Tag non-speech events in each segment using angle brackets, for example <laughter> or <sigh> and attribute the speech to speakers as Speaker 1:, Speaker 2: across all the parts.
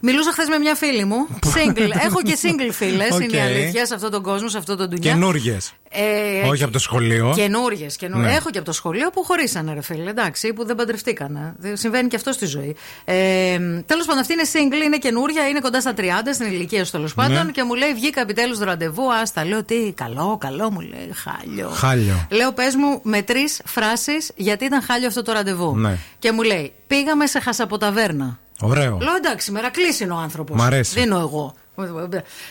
Speaker 1: Μιλούσα χθες με μια φίλη μου. Single. Έχω και single φίλες.
Speaker 2: Οκ.
Speaker 1: Είναι η αλήθειας σε αυτόν τον κόσμο, σε αυτόν τον τουνιά.
Speaker 2: Καινούριες.
Speaker 1: Ε,
Speaker 2: Όχι από το σχολείο.
Speaker 1: Καινούριες, καινούριε.
Speaker 2: Ναι.
Speaker 1: Έχω και από το σχολείο που χωρίσανε, ρε φίλε. Εντάξει, που δεν παντρευτήκανε. Δε- Συμβαίνει και αυτό στη ζωή. Ε, τέλος πάντων, αυτή είναι single, είναι καινούρια, είναι κοντά στα 30, στην ηλικία σου
Speaker 2: Ναι.
Speaker 1: τέλο πάντων. Και μου λέει, βγήκα επιτέλους ραντεβού. Άστα, λέω τι, καλό, καλό, μου λέει, χάλιο.
Speaker 2: Χάλιο.
Speaker 1: Λέω, πες μου με τρεις φράσεις γιατί ήταν χάλιο αυτό το ραντεβού.
Speaker 2: Ναι.
Speaker 1: Και μου λέει, πήγαμε σε χασαποταβέρνα.
Speaker 2: Ωραίο.
Speaker 1: Λέω εντάξει, μερακλής είναι ο άνθρωπος.
Speaker 2: Μ' αρέσει.
Speaker 1: Δίνω εγώ.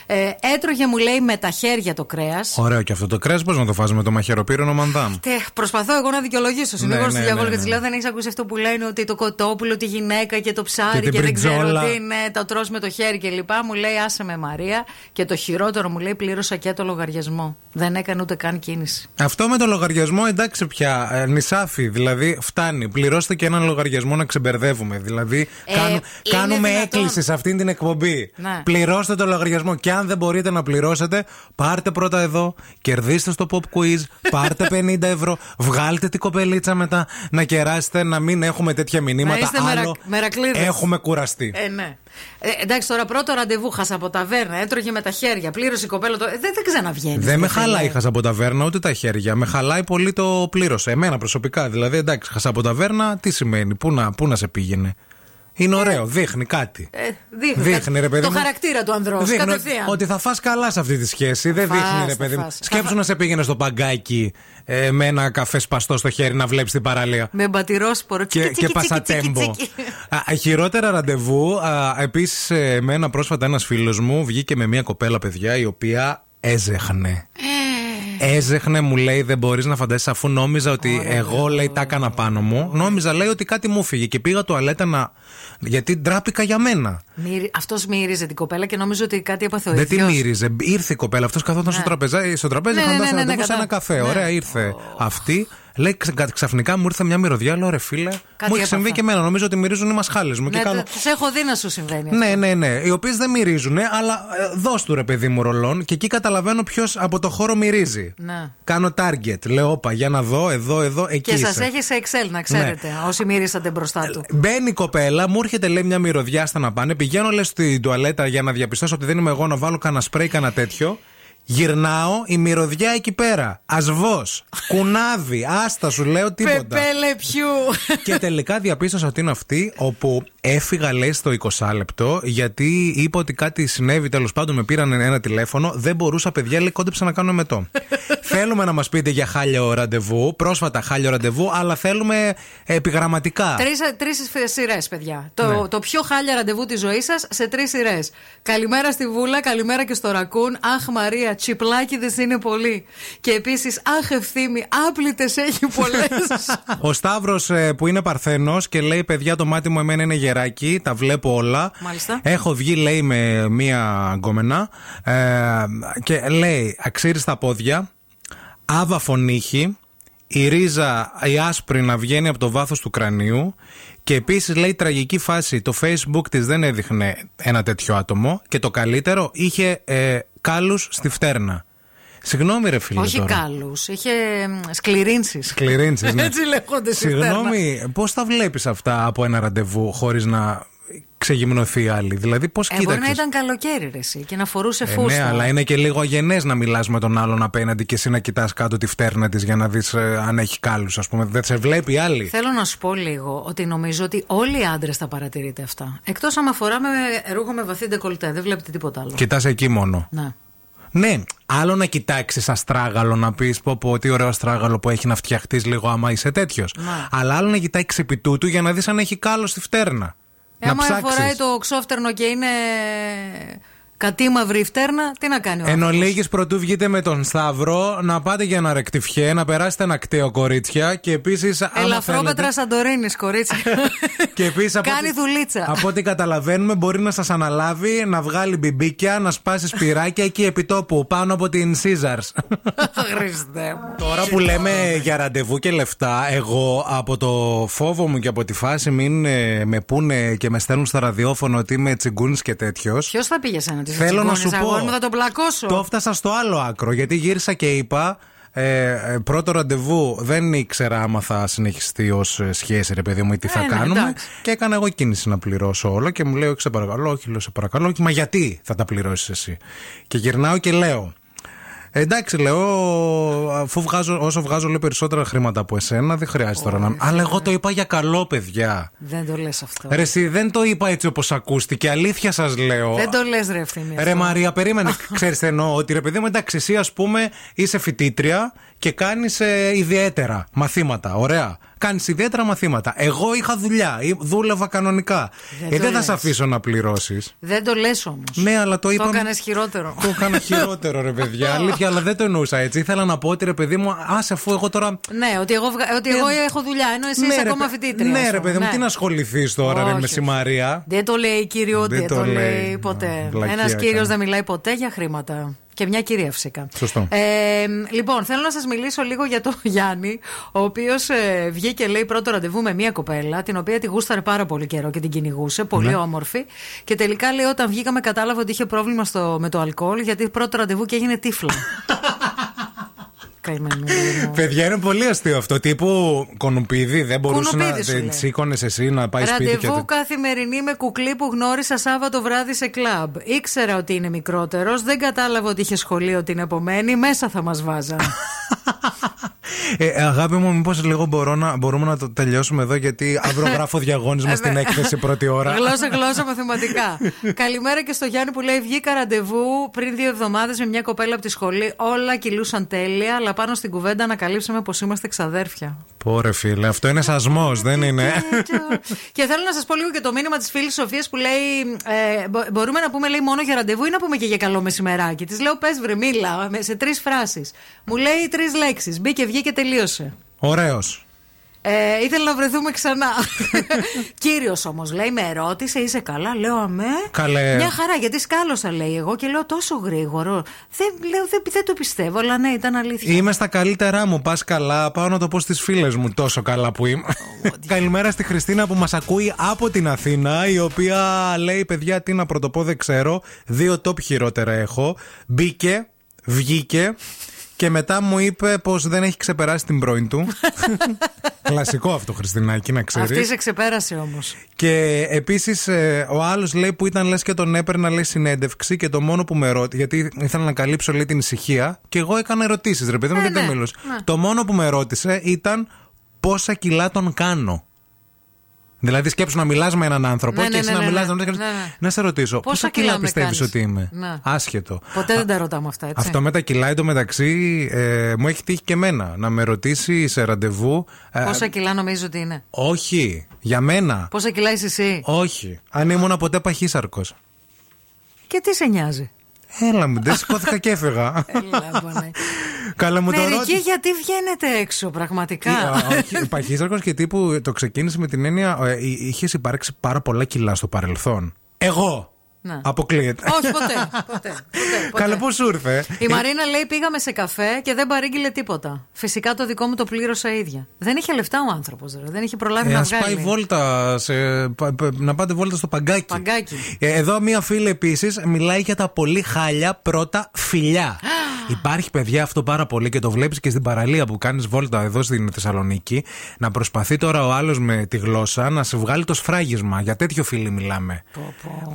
Speaker 1: Ε, έτρωγε, μου λέει, με τα χέρια το κρέας.
Speaker 2: Ωραίο και αυτό το κρέας. Πώς να το φάζουμε το μαχαιροπύρονο μανδάμ.
Speaker 1: Τε, προσπαθώ εγώ να δικαιολογήσω. Συνήγορο
Speaker 2: ναι,
Speaker 1: του
Speaker 2: ναι,
Speaker 1: διαβόλου και
Speaker 2: ναι.
Speaker 1: της λέω: Δεν έχεις ακούσει αυτό που λένε ότι το κοτόπουλο, τη γυναίκα και το ψάρι
Speaker 2: Και
Speaker 1: και,
Speaker 2: την
Speaker 1: δεν ξέρω
Speaker 2: πριτζόλα.
Speaker 1: τι είναι, το τρώ με το χέρι κλπ. Μου λέει: Άσε με Μαρία. Και το χειρότερο μου λέει: Πλήρωσα και το λογαριασμό. Δεν έκανε ούτε καν κίνηση.
Speaker 2: Αυτό με το λογαριασμό εντάξει πια. Ε, νησάφι. Δηλαδή φτάνει. Πληρώστε και έναν λογαριασμό να ξεμπερδεύουμε. Δηλαδή
Speaker 1: Ε,
Speaker 2: κάνου-
Speaker 1: είναι
Speaker 2: κάνουμε
Speaker 1: δυνατόν.
Speaker 2: έκκληση σε αυτήν την εκπομπή.
Speaker 1: Ναι.
Speaker 2: Πληρώστε το λογαριασμό. Και αν δεν μπορείτε να πληρώσετε, πάρτε πρώτα εδώ. Κερδίστε στο pop quiz.
Speaker 1: <laughs>
Speaker 2: Πάρτε 50 ευρώ. Βγάλτε την κοπελίτσα μετά. Να κεράσετε να μην έχουμε τέτοια μηνύματα.
Speaker 1: είστε μερα-
Speaker 2: Άλλο
Speaker 1: μερακλείδες.
Speaker 2: έχουμε κουραστεί.
Speaker 1: Ε, ναι. Ε, εντάξει, τώρα πρώτο ραντεβού χάσα από ταβέρνα, έτρωγε με τα χέρια, πλήρωσε η κοπέλα το. Ε, δεν, δεν ξαναβγαίνεις.
Speaker 2: Δεν με
Speaker 1: φίλε.
Speaker 2: χαλάει η χασαποταβέρνα ούτε τα χέρια. Με χαλάει πολύ το πλήρωσε. Εμένα προσωπικά. Δηλαδή, εντάξει, χασαποταβέρνα τι σημαίνει, πού να, πού να σε πήγαινε. Είναι ωραίο, δείχνει κάτι.
Speaker 1: Ε, δείχνει,
Speaker 2: Δείχνει, ρε παιδί
Speaker 1: Το
Speaker 2: μου.
Speaker 1: χαρακτήρα του ανδρός
Speaker 2: Δείχνει
Speaker 1: κατευθείαν.
Speaker 2: ότι θα φας καλά σε αυτή τη σχέση. Δεν
Speaker 1: φας,
Speaker 2: δείχνει,
Speaker 1: θα
Speaker 2: ρε παιδί μου.
Speaker 1: φας. Θα
Speaker 2: Σκέψου να σε πήγαινε στο παγκάκι ε, με ένα καφέ σπαστό στο χέρι να βλέπεις την παραλία.
Speaker 1: Με μπατηρόσπορο.
Speaker 2: Και,
Speaker 1: Τσίκι,
Speaker 2: και
Speaker 1: τσίκι, τσίκι, τσίκι,
Speaker 2: πασατέμπο.
Speaker 1: τσίκι.
Speaker 2: Α, χειρότερα ραντεβού. Επίση, με ένα πρόσφατα ένας φίλος μου βγήκε με μια κοπέλα, παιδιά, η οποία έζεχνε.
Speaker 1: Ε.
Speaker 2: Έζεχνε, μου λέει, δεν μπορείς να φανταστείς, αφού νόμιζα ότι εγώ, λέει, τα έκανα πάνω μου. Νόμιζα, λέει, ότι κάτι μου φύγε και πήγα τουαλέτα να. Γιατί ντράπηκα για μένα.
Speaker 1: Μύρι... Αυτός μύριζε την κοπέλα και νόμιζε ότι κάτι έπαθε ο
Speaker 2: Δεν τη
Speaker 1: ίδιος.
Speaker 2: μύριζε. Ήρθε η κοπέλα. Αυτός καθόταν στο τραπέζι, στο τραπέζι
Speaker 1: Ναι, ναι,
Speaker 2: ναι,
Speaker 1: ναι, ναι,
Speaker 2: να
Speaker 1: ναι,
Speaker 2: του σε
Speaker 1: κατά.
Speaker 2: ένα καφέ.
Speaker 1: Ναι.
Speaker 2: Ωραία, ήρθε αυτή. Λέει ξα- ξαφνικά μου ήρθε μια μυρωδιά, λέω ρε φίλε. μου έχει
Speaker 1: έπαθα.
Speaker 2: συμβεί και εμένα. Νομίζω ότι μυρίζουν οι μασχάλες μου. και
Speaker 1: Ναι,
Speaker 2: κάνω...
Speaker 1: Τους έχω δει να σου συμβαίνει. αυτό.
Speaker 2: Ναι, ναι, ναι. Οι οποίες δεν μυρίζουν, αλλά ε, δώσ' του ρε παιδί μου ρολόν και εκεί καταλαβαίνω ποιος από το χώρο μυρίζει.
Speaker 1: Ναι.
Speaker 2: Κάνω target. Λέω, όπα, για να δω, εδώ, εδώ, εκεί.
Speaker 1: Και
Speaker 2: είσαι». Ναι.
Speaker 1: σα έχει σε Excel, να ξέρετε, όσοι μύρισατε μπροστά του.
Speaker 2: Μπαίνει η κοπέλα, μου έρχεται λέει μια μυρωδιά στα να πάνε. Πηγαίνω λες στην τουαλέτα για να διαπιστώσω ότι δεν είμαι εγώ να βάλω κανένα σπρέι, κανένα τέτοιο. Γυρνάω, η μυρωδιά εκεί πέρα. Ασβός, κουνάβι, άστα σου λέω τίποτα.
Speaker 1: Πεπέλε πιού.
Speaker 2: Και τελικά διαπίστωσα ότι είναι αυτή όπου έφυγα, λέει, στο 20 λεπτό, γιατί είπα ότι κάτι συνέβη. Τέλος πάντων, με πήραν ένα τηλέφωνο. Δεν μπορούσα, παιδιά, λέει, κόντεψα να κάνω εμετό. θέλουμε να μας πείτε για χάλιο ραντεβού, πρόσφατα χάλιο ραντεβού, αλλά θέλουμε επιγραμματικά.
Speaker 1: Τρεις σειρές, παιδιά. Το,
Speaker 2: Ναι.
Speaker 1: το πιο χάλια ραντεβού της ζωής σας σε τρεις σειρές. Καλημέρα στη Βούλα, καλημέρα και στο Ρακούν. Αχ, Μαρία, τσιπλάκιδες είναι πολύ. Και επίσης, αχ, ευθύμη, άπλητες έχει πολλές.
Speaker 2: <laughs> Ο Σταύρος που είναι Παρθένος και λέει: Παιδιά, το μάτι μου εμένα είναι γεράκι, τα βλέπω όλα.
Speaker 1: Μάλιστα.
Speaker 2: Έχω βγει, λέει, με μία γκόμενα ε, και λέει: Αξίρι στα πόδια, άβαφο νύχι, η ρίζα η άσπρη να βγαίνει από το βάθος του κρανίου και επίσης λέει τραγική φάση το facebook της δεν έδειχνε ένα τέτοιο άτομο και το καλύτερο είχε ε, κάλους στη φτέρνα. Συγγνώμη ρε φίλε
Speaker 1: Όχι
Speaker 2: τώρα.
Speaker 1: κάλους, είχε σκληρίνσει.
Speaker 2: Κληρίντσες, ναι.
Speaker 1: Έτσι λέγονται στη
Speaker 2: Συγγνώμη, πώς τα βλέπεις αυτά από ένα ραντεβού χωρίς να ξεγυμνωθεί η άλλη. Δηλαδή, πώς
Speaker 1: Ε, μπορεί
Speaker 2: κοίταξε.
Speaker 1: να ήταν καλοκαίρι ρε, εσύ, και να φορούσε
Speaker 2: Ε,
Speaker 1: φούστα.
Speaker 2: ναι, αλλά είναι και λίγο αγενές να μιλάς με τον άλλον απέναντι και εσύ να κοιτάς κάτω τη φτέρνα της για να δεις αν έχει κάλους, ας πούμε. Δεν σε βλέπει η άλλη.
Speaker 1: Θέλω να σου πω λίγο ότι νομίζω ότι όλοι οι άντρες τα παρατηρείτε αυτά. Εκτός αν αφορά με ρούχο με βαθύ ντεκολτέ, δεν βλέπετε τίποτα άλλο.
Speaker 2: Κοιτάς εκεί μόνο.
Speaker 1: Ναι.
Speaker 2: Ναι, άλλο να κοιτάξεις αστράγαλο, να πεις πω, πω τι ωραίο αστράγαλο που έχει να φτιαχτείς λίγο άμα είσαι τέτοιος. Αλλά άλλο να κοιτάξεις επί τούτου για να δεις αν έχει κάλος στη φτέρνα.
Speaker 1: Ε,
Speaker 2: να
Speaker 1: άμα
Speaker 2: ψάξεις.
Speaker 1: φοράει το ξόφτερνο και είναι κατήμαυρη η φτέρνα, τι να κάνει ο
Speaker 2: Εν
Speaker 1: άνθρωπος.
Speaker 2: ολίγης πρωτού βγείτε με τον Σταύρο να πάτε για να ρεκτιφιέ, να περάσετε ένα κταίο κορίτσια και επίσης άμα
Speaker 1: Ελαφρόπατρα <laughs>
Speaker 2: θέλετε-
Speaker 1: Σαντορίνης, κορίτσι.
Speaker 2: <laughs> και επίσης, από
Speaker 1: Κάνει
Speaker 2: ό,τι-
Speaker 1: δουλίτσα.
Speaker 2: Από ό,τι καταλαβαίνουμε, μπορεί να σας αναλάβει να βγάλει μπιμπίκια, να σπάσει σπυράκια εκεί επί τόπου, πάνω από την Caesars.
Speaker 1: <laughs> Χριστέ μου.
Speaker 2: Τώρα που λέμε για ραντεβού και λεφτά, εγώ από το φόβο μου και από τη φάση μην ε, με πούνε και με στέλνουν στο ραδιόφωνο ότι είμαι τσιγκούνης και τέτοιος.
Speaker 1: Ποιος θα πήγε σε ένα τη
Speaker 2: Θέλω να σου πω.
Speaker 1: θα τον πλακώσω.
Speaker 2: Το έφτασα στο άλλο άκρο γιατί γύρισα και είπα. ε, πρώτο ραντεβού δεν ήξερα άμα θα συνεχιστεί ως σχέση, ρε παιδί μου, ή τι θα
Speaker 1: Ε, ναι,
Speaker 2: κάνουμε.
Speaker 1: εντάξει.
Speaker 2: Και έκανα εγώ κίνηση να πληρώσω όλο και μου λέει: Όχι, σε παρακαλώ, όχι, λέω, σε παρακαλώ, όχι, μα γιατί θα τα πληρώσεις εσύ. Και γυρνάω και λέω: Εντάξει, λέω, αφού βγάζω, όσο βγάζω λέει, περισσότερα χρήματα από εσένα, δεν χρειάζεται τώρα να. Αλλά εγώ το είπα για καλό, παιδιά.
Speaker 1: Δεν το λες αυτό.
Speaker 2: Ρε, εσύ δεν το είπα έτσι όπως ακούστηκε. Αλήθεια σας λέω.
Speaker 1: Δεν το λες, ρε ευθύνη.
Speaker 2: Ρε Μαρία,
Speaker 1: <laughs>
Speaker 2: περίμενε. Ξέρεις, εννοώ ότι ρε παιδί μου, εντάξει, εσύ ας πούμε είσαι φοιτήτρια και κάνεις ιδιαίτερα μαθήματα. Ωραία. Κάνει ιδιαίτερα μαθήματα. Εγώ είχα δουλειά, ή- δούλευα κανονικά.
Speaker 1: Δεν
Speaker 2: ε,
Speaker 1: το
Speaker 2: δεν θα
Speaker 1: λες.
Speaker 2: σε αφήσω να πληρώσεις.
Speaker 1: Δεν το λες όμως.
Speaker 2: Ναι, αλλά το
Speaker 1: Το
Speaker 2: είπαμε.
Speaker 1: έκανες χειρότερο.
Speaker 2: Το
Speaker 1: <laughs>
Speaker 2: έκανα χειρότερο, ρε παιδιά. Αλήθεια, αλλά δεν το εννοούσα έτσι. Ήθελα να πω ότι ρε παιδί μου, άσε αφού εγώ τώρα.
Speaker 1: Ναι, ότι εγώ, βγα- ότι εγώ έχω δουλειά, ενώ εσύ είσαι
Speaker 2: ρε,
Speaker 1: ακόμα
Speaker 2: παι-
Speaker 1: φοιτήτρια. ας
Speaker 2: Ναι, ρε
Speaker 1: πούμε.
Speaker 2: παιδί μου,
Speaker 1: Ναι.
Speaker 2: τι να ασχοληθείς τώρα ρε,
Speaker 1: Όχι,
Speaker 2: με
Speaker 1: όχι.
Speaker 2: τη Μαρία.
Speaker 1: Δεν το λέει η κύριο,
Speaker 2: Δεν
Speaker 1: δεν
Speaker 2: το
Speaker 1: το λέει
Speaker 2: λέει, ναι,
Speaker 1: ποτέ.
Speaker 2: βλακεία
Speaker 1: Ένας κύριος
Speaker 2: έκανε.
Speaker 1: δεν μιλάει ποτέ για χρήματα. Και μια κυρία φυσικά.
Speaker 2: Σωστό.
Speaker 1: Ε, λοιπόν, θέλω να σας μιλήσω λίγο για τον <laughs> Γιάννη, ο οποίος ε, βγήκε, λέει, πρώτο ραντεβού με μια κοπέλα, την οποία τη γούσταρε πάρα πολύ καιρό και την κυνηγούσε, πολύ
Speaker 2: Ναι.
Speaker 1: όμορφη. Και τελικά, λέει, όταν βγήκαμε, κατάλαβε ότι είχε πρόβλημα στο, με το αλκοόλ, γιατί πρώτο ραντεβού και έγινε
Speaker 2: <laughs>
Speaker 1: τύφλα. Καημένη. μου.
Speaker 2: Παιδιά, είναι πολύ αστείο αυτό. Τύπου κονουπίδι, δεν μπορούσες να.
Speaker 1: Κουνουπίδι σου
Speaker 2: Δεν
Speaker 1: λέει.
Speaker 2: σήκωνες εσύ να πάει σπίτι και.
Speaker 1: Ραντεβού <laughs> καθημερινή με κουκλί που γνώρισα Σάββατο βράδυ σε κλαμπ. Ήξερα ότι είναι μικρότερος, δεν κατάλαβα ότι είχε σχολείο την επομένη, μέσα θα μας
Speaker 2: <laughs>
Speaker 1: βάζαν.
Speaker 2: Ε, αγάπη μου, μήπως λίγο μπορώ να, μπορούμε να το τελειώσουμε εδώ, γιατί
Speaker 1: <laughs>
Speaker 2: αύριο γράφω διαγώνισμα στην έκθεση πρώτη ώρα.
Speaker 1: γλώσσα, γλώσσα, μαθηματικά. Καλημέρα και στο Γιάννη που λέει: Βγήκα ραντεβού πριν δύο εβδομάδες με μια κοπέλα από τη σχολή. Όλα κυλούσαν τέλεια, αλλά πάνω στην κουβέντα ανακαλύψαμε πως είμαστε ξαδέρφια.
Speaker 2: Πόρε φίλε, αυτό είναι σασμός, δεν είναι.
Speaker 1: και θέλω να σας πω λίγο και το μήνυμα της φίλης Σοφίας που λέει: ε, μπο- Μπορούμε να πούμε λέει, μόνο για ραντεβού ή να πούμε και για καλό μεσημεράκι. Της λέω: Πες βρε, μίλα με- σε τρεις φράσεις. Μου λέει τρεις λέξεις. Μπήκε, βγήκε, τελείωσε.
Speaker 2: Ωραίος.
Speaker 1: Ε, ήθελα να βρεθούμε
Speaker 2: <laughs>
Speaker 1: ξανά. Κύριος όμως λέει: Με ρώτησε, είσαι καλά. Λέω: Αμέ.
Speaker 2: Καλέ.
Speaker 1: Μια χαρά, γιατί σκάλωσα, λέει εγώ και λέω τόσο γρήγορο. Δεν, λέω, δεν, δεν το πιστεύω, αλλά ναι, ήταν αλήθεια.
Speaker 2: Είμαι στα καλύτερά μου. Πας καλά. Πάω να το πω στις φίλες μου τόσο καλά που είμαι. Καλημέρα στη Χριστίνα που μας ακούει από την Αθήνα, η οποία λέει: Παιδιά, τι να πρωτοπώ, δεν ξέρω. Δύο top χειρότερα έχω. Μπήκε, βγήκε και μετά μου είπε πως δεν έχει ξεπεράσει την πρώην του. Κλασικό αυτό, Χριστίνακι, να ξέρεις.
Speaker 1: Αυτή σε ξεπέρασε όμως.
Speaker 2: Και επίσης ο άλλος λέει που ήταν λες και τον έπαιρνα λέει συνέντευξη και το μόνο που με ρώτησε. Γιατί ήθελα να καλύψω λέει την ησυχία και εγώ έκανα ερωτήσεις, ρε παιδί μου,
Speaker 1: Ε,
Speaker 2: γιατί
Speaker 1: ναι,
Speaker 2: δεν μίλω.
Speaker 1: ναι.
Speaker 2: Το μόνο που με ρώτησε ήταν πόσα κιλά τον κάνω. Δηλαδή σκέψου να μιλάς με έναν άνθρωπο
Speaker 1: Ναι,
Speaker 2: και
Speaker 1: ναι,
Speaker 2: εσύ
Speaker 1: ναι,
Speaker 2: να
Speaker 1: ναι,
Speaker 2: μιλάς
Speaker 1: ναι.
Speaker 2: να μιλάς,
Speaker 1: Ναι, ναι.
Speaker 2: Να σε ρωτήσω, πόσα,
Speaker 1: Πόσα
Speaker 2: κιλά
Speaker 1: κιλά με
Speaker 2: πιστεύει
Speaker 1: κάνεις?
Speaker 2: ότι είμαι.
Speaker 1: Ναι.
Speaker 2: Άσχετο.
Speaker 1: Ποτέ δεν τα ρωτάμε αυτά, έτσι.
Speaker 2: Αυτό με τα κιλά εντωμεταξύ ε, μου έχει τύχει και εμένα. Να με ρωτήσει σε ραντεβού. ε,
Speaker 1: Πόσα κιλά νομίζω ότι είναι.
Speaker 2: Όχι, για μένα.
Speaker 1: Πόσα κιλά είσαι εσύ.
Speaker 2: Όχι. Αν ήμουν ποτέ παχύσαρκος.
Speaker 1: Και τι σε νοιάζει.
Speaker 2: Έλα μου, δεν σηκώθηκα και έφεγα.
Speaker 1: Έλα, Παναγί-
Speaker 2: Καλά μου το
Speaker 1: Μερικοί
Speaker 2: ρώτησε. Ε,
Speaker 1: γιατί βγαίνετε έξω, πραγματικά.
Speaker 2: Παχύσαρκο και τύπου το ξεκίνησε με την έννοια ε, εί- είχες υπάρξει πάρα πολλά κιλά στο παρελθόν. Εγώ!
Speaker 1: Να.
Speaker 2: Αποκλείεται.
Speaker 1: Όχι, ποτέ. ποτέ, ποτέ, ποτέ.
Speaker 2: Καλά, πώ σου ήρθε.
Speaker 1: Η Μαρίνα λέει: Πήγαμε σε καφέ και δεν παρήγγειλε τίποτα. Φυσικά το δικό μου το πλήρωσα ίδια. Δεν είχε λεφτά ο άνθρωπος, δεν είχε προλάβει
Speaker 2: Ε,
Speaker 1: να
Speaker 2: ας πάει
Speaker 1: βγάλει.
Speaker 2: βόλτα σε- πα- πα- να πάτε βόλτα στο παγκάκι.
Speaker 1: Παγκάκι.
Speaker 2: Ε, εδώ μία φίλη επίσης μιλάει για τα πολύ χάλια πρώτα φιλιά. Υπάρχει παιδιά αυτό πάρα πολύ και το βλέπεις και στην παραλία που κάνεις βόλτα εδώ στην Θεσσαλονίκη. Να προσπαθεί τώρα ο άλλος με τη γλώσσα να σε βγάλει το σφράγισμα. Για τέτοιο φίλοι μιλάμε.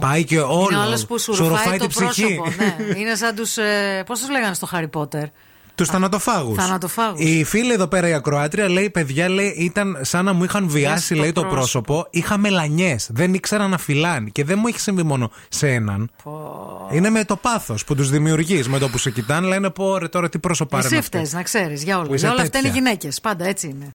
Speaker 2: Πάει και όλο.
Speaker 1: Είναι ο άλλος που σου ρουφάει το
Speaker 2: την ψυχή.
Speaker 1: πρόσωπο. Ναι.
Speaker 2: <laughs>
Speaker 1: Είναι σαν τους. Πώς τους λέγανε στο Χάρι Πότερ.
Speaker 2: Του θανατοφάγους.
Speaker 1: θανατοφάγους.
Speaker 2: Η φίλη εδώ πέρα, η ακροάτρια, λέει: Παιδιά, λέει, ήταν σαν να μου είχαν βιάσει
Speaker 1: το
Speaker 2: λέει, το
Speaker 1: πρόσωπο.
Speaker 2: πρόσωπο. Είχα μελανιές. Δεν ήξερα να φυλάνε. Και δεν μου έχει συμβεί μόνο σε έναν. Είναι με το πάθος που τους δημιουργείς. Με το που σε κοιτάνε, λένε: Πόρε τώρα τι πρόσωπα ρε. με
Speaker 1: Εσύ
Speaker 2: αυτό».
Speaker 1: φταίς, να ξέρεις για όλα.
Speaker 2: είσαι
Speaker 1: Για όλα αυτά είναι
Speaker 2: τέτοια.
Speaker 1: γυναίκες. Πάντα έτσι είναι.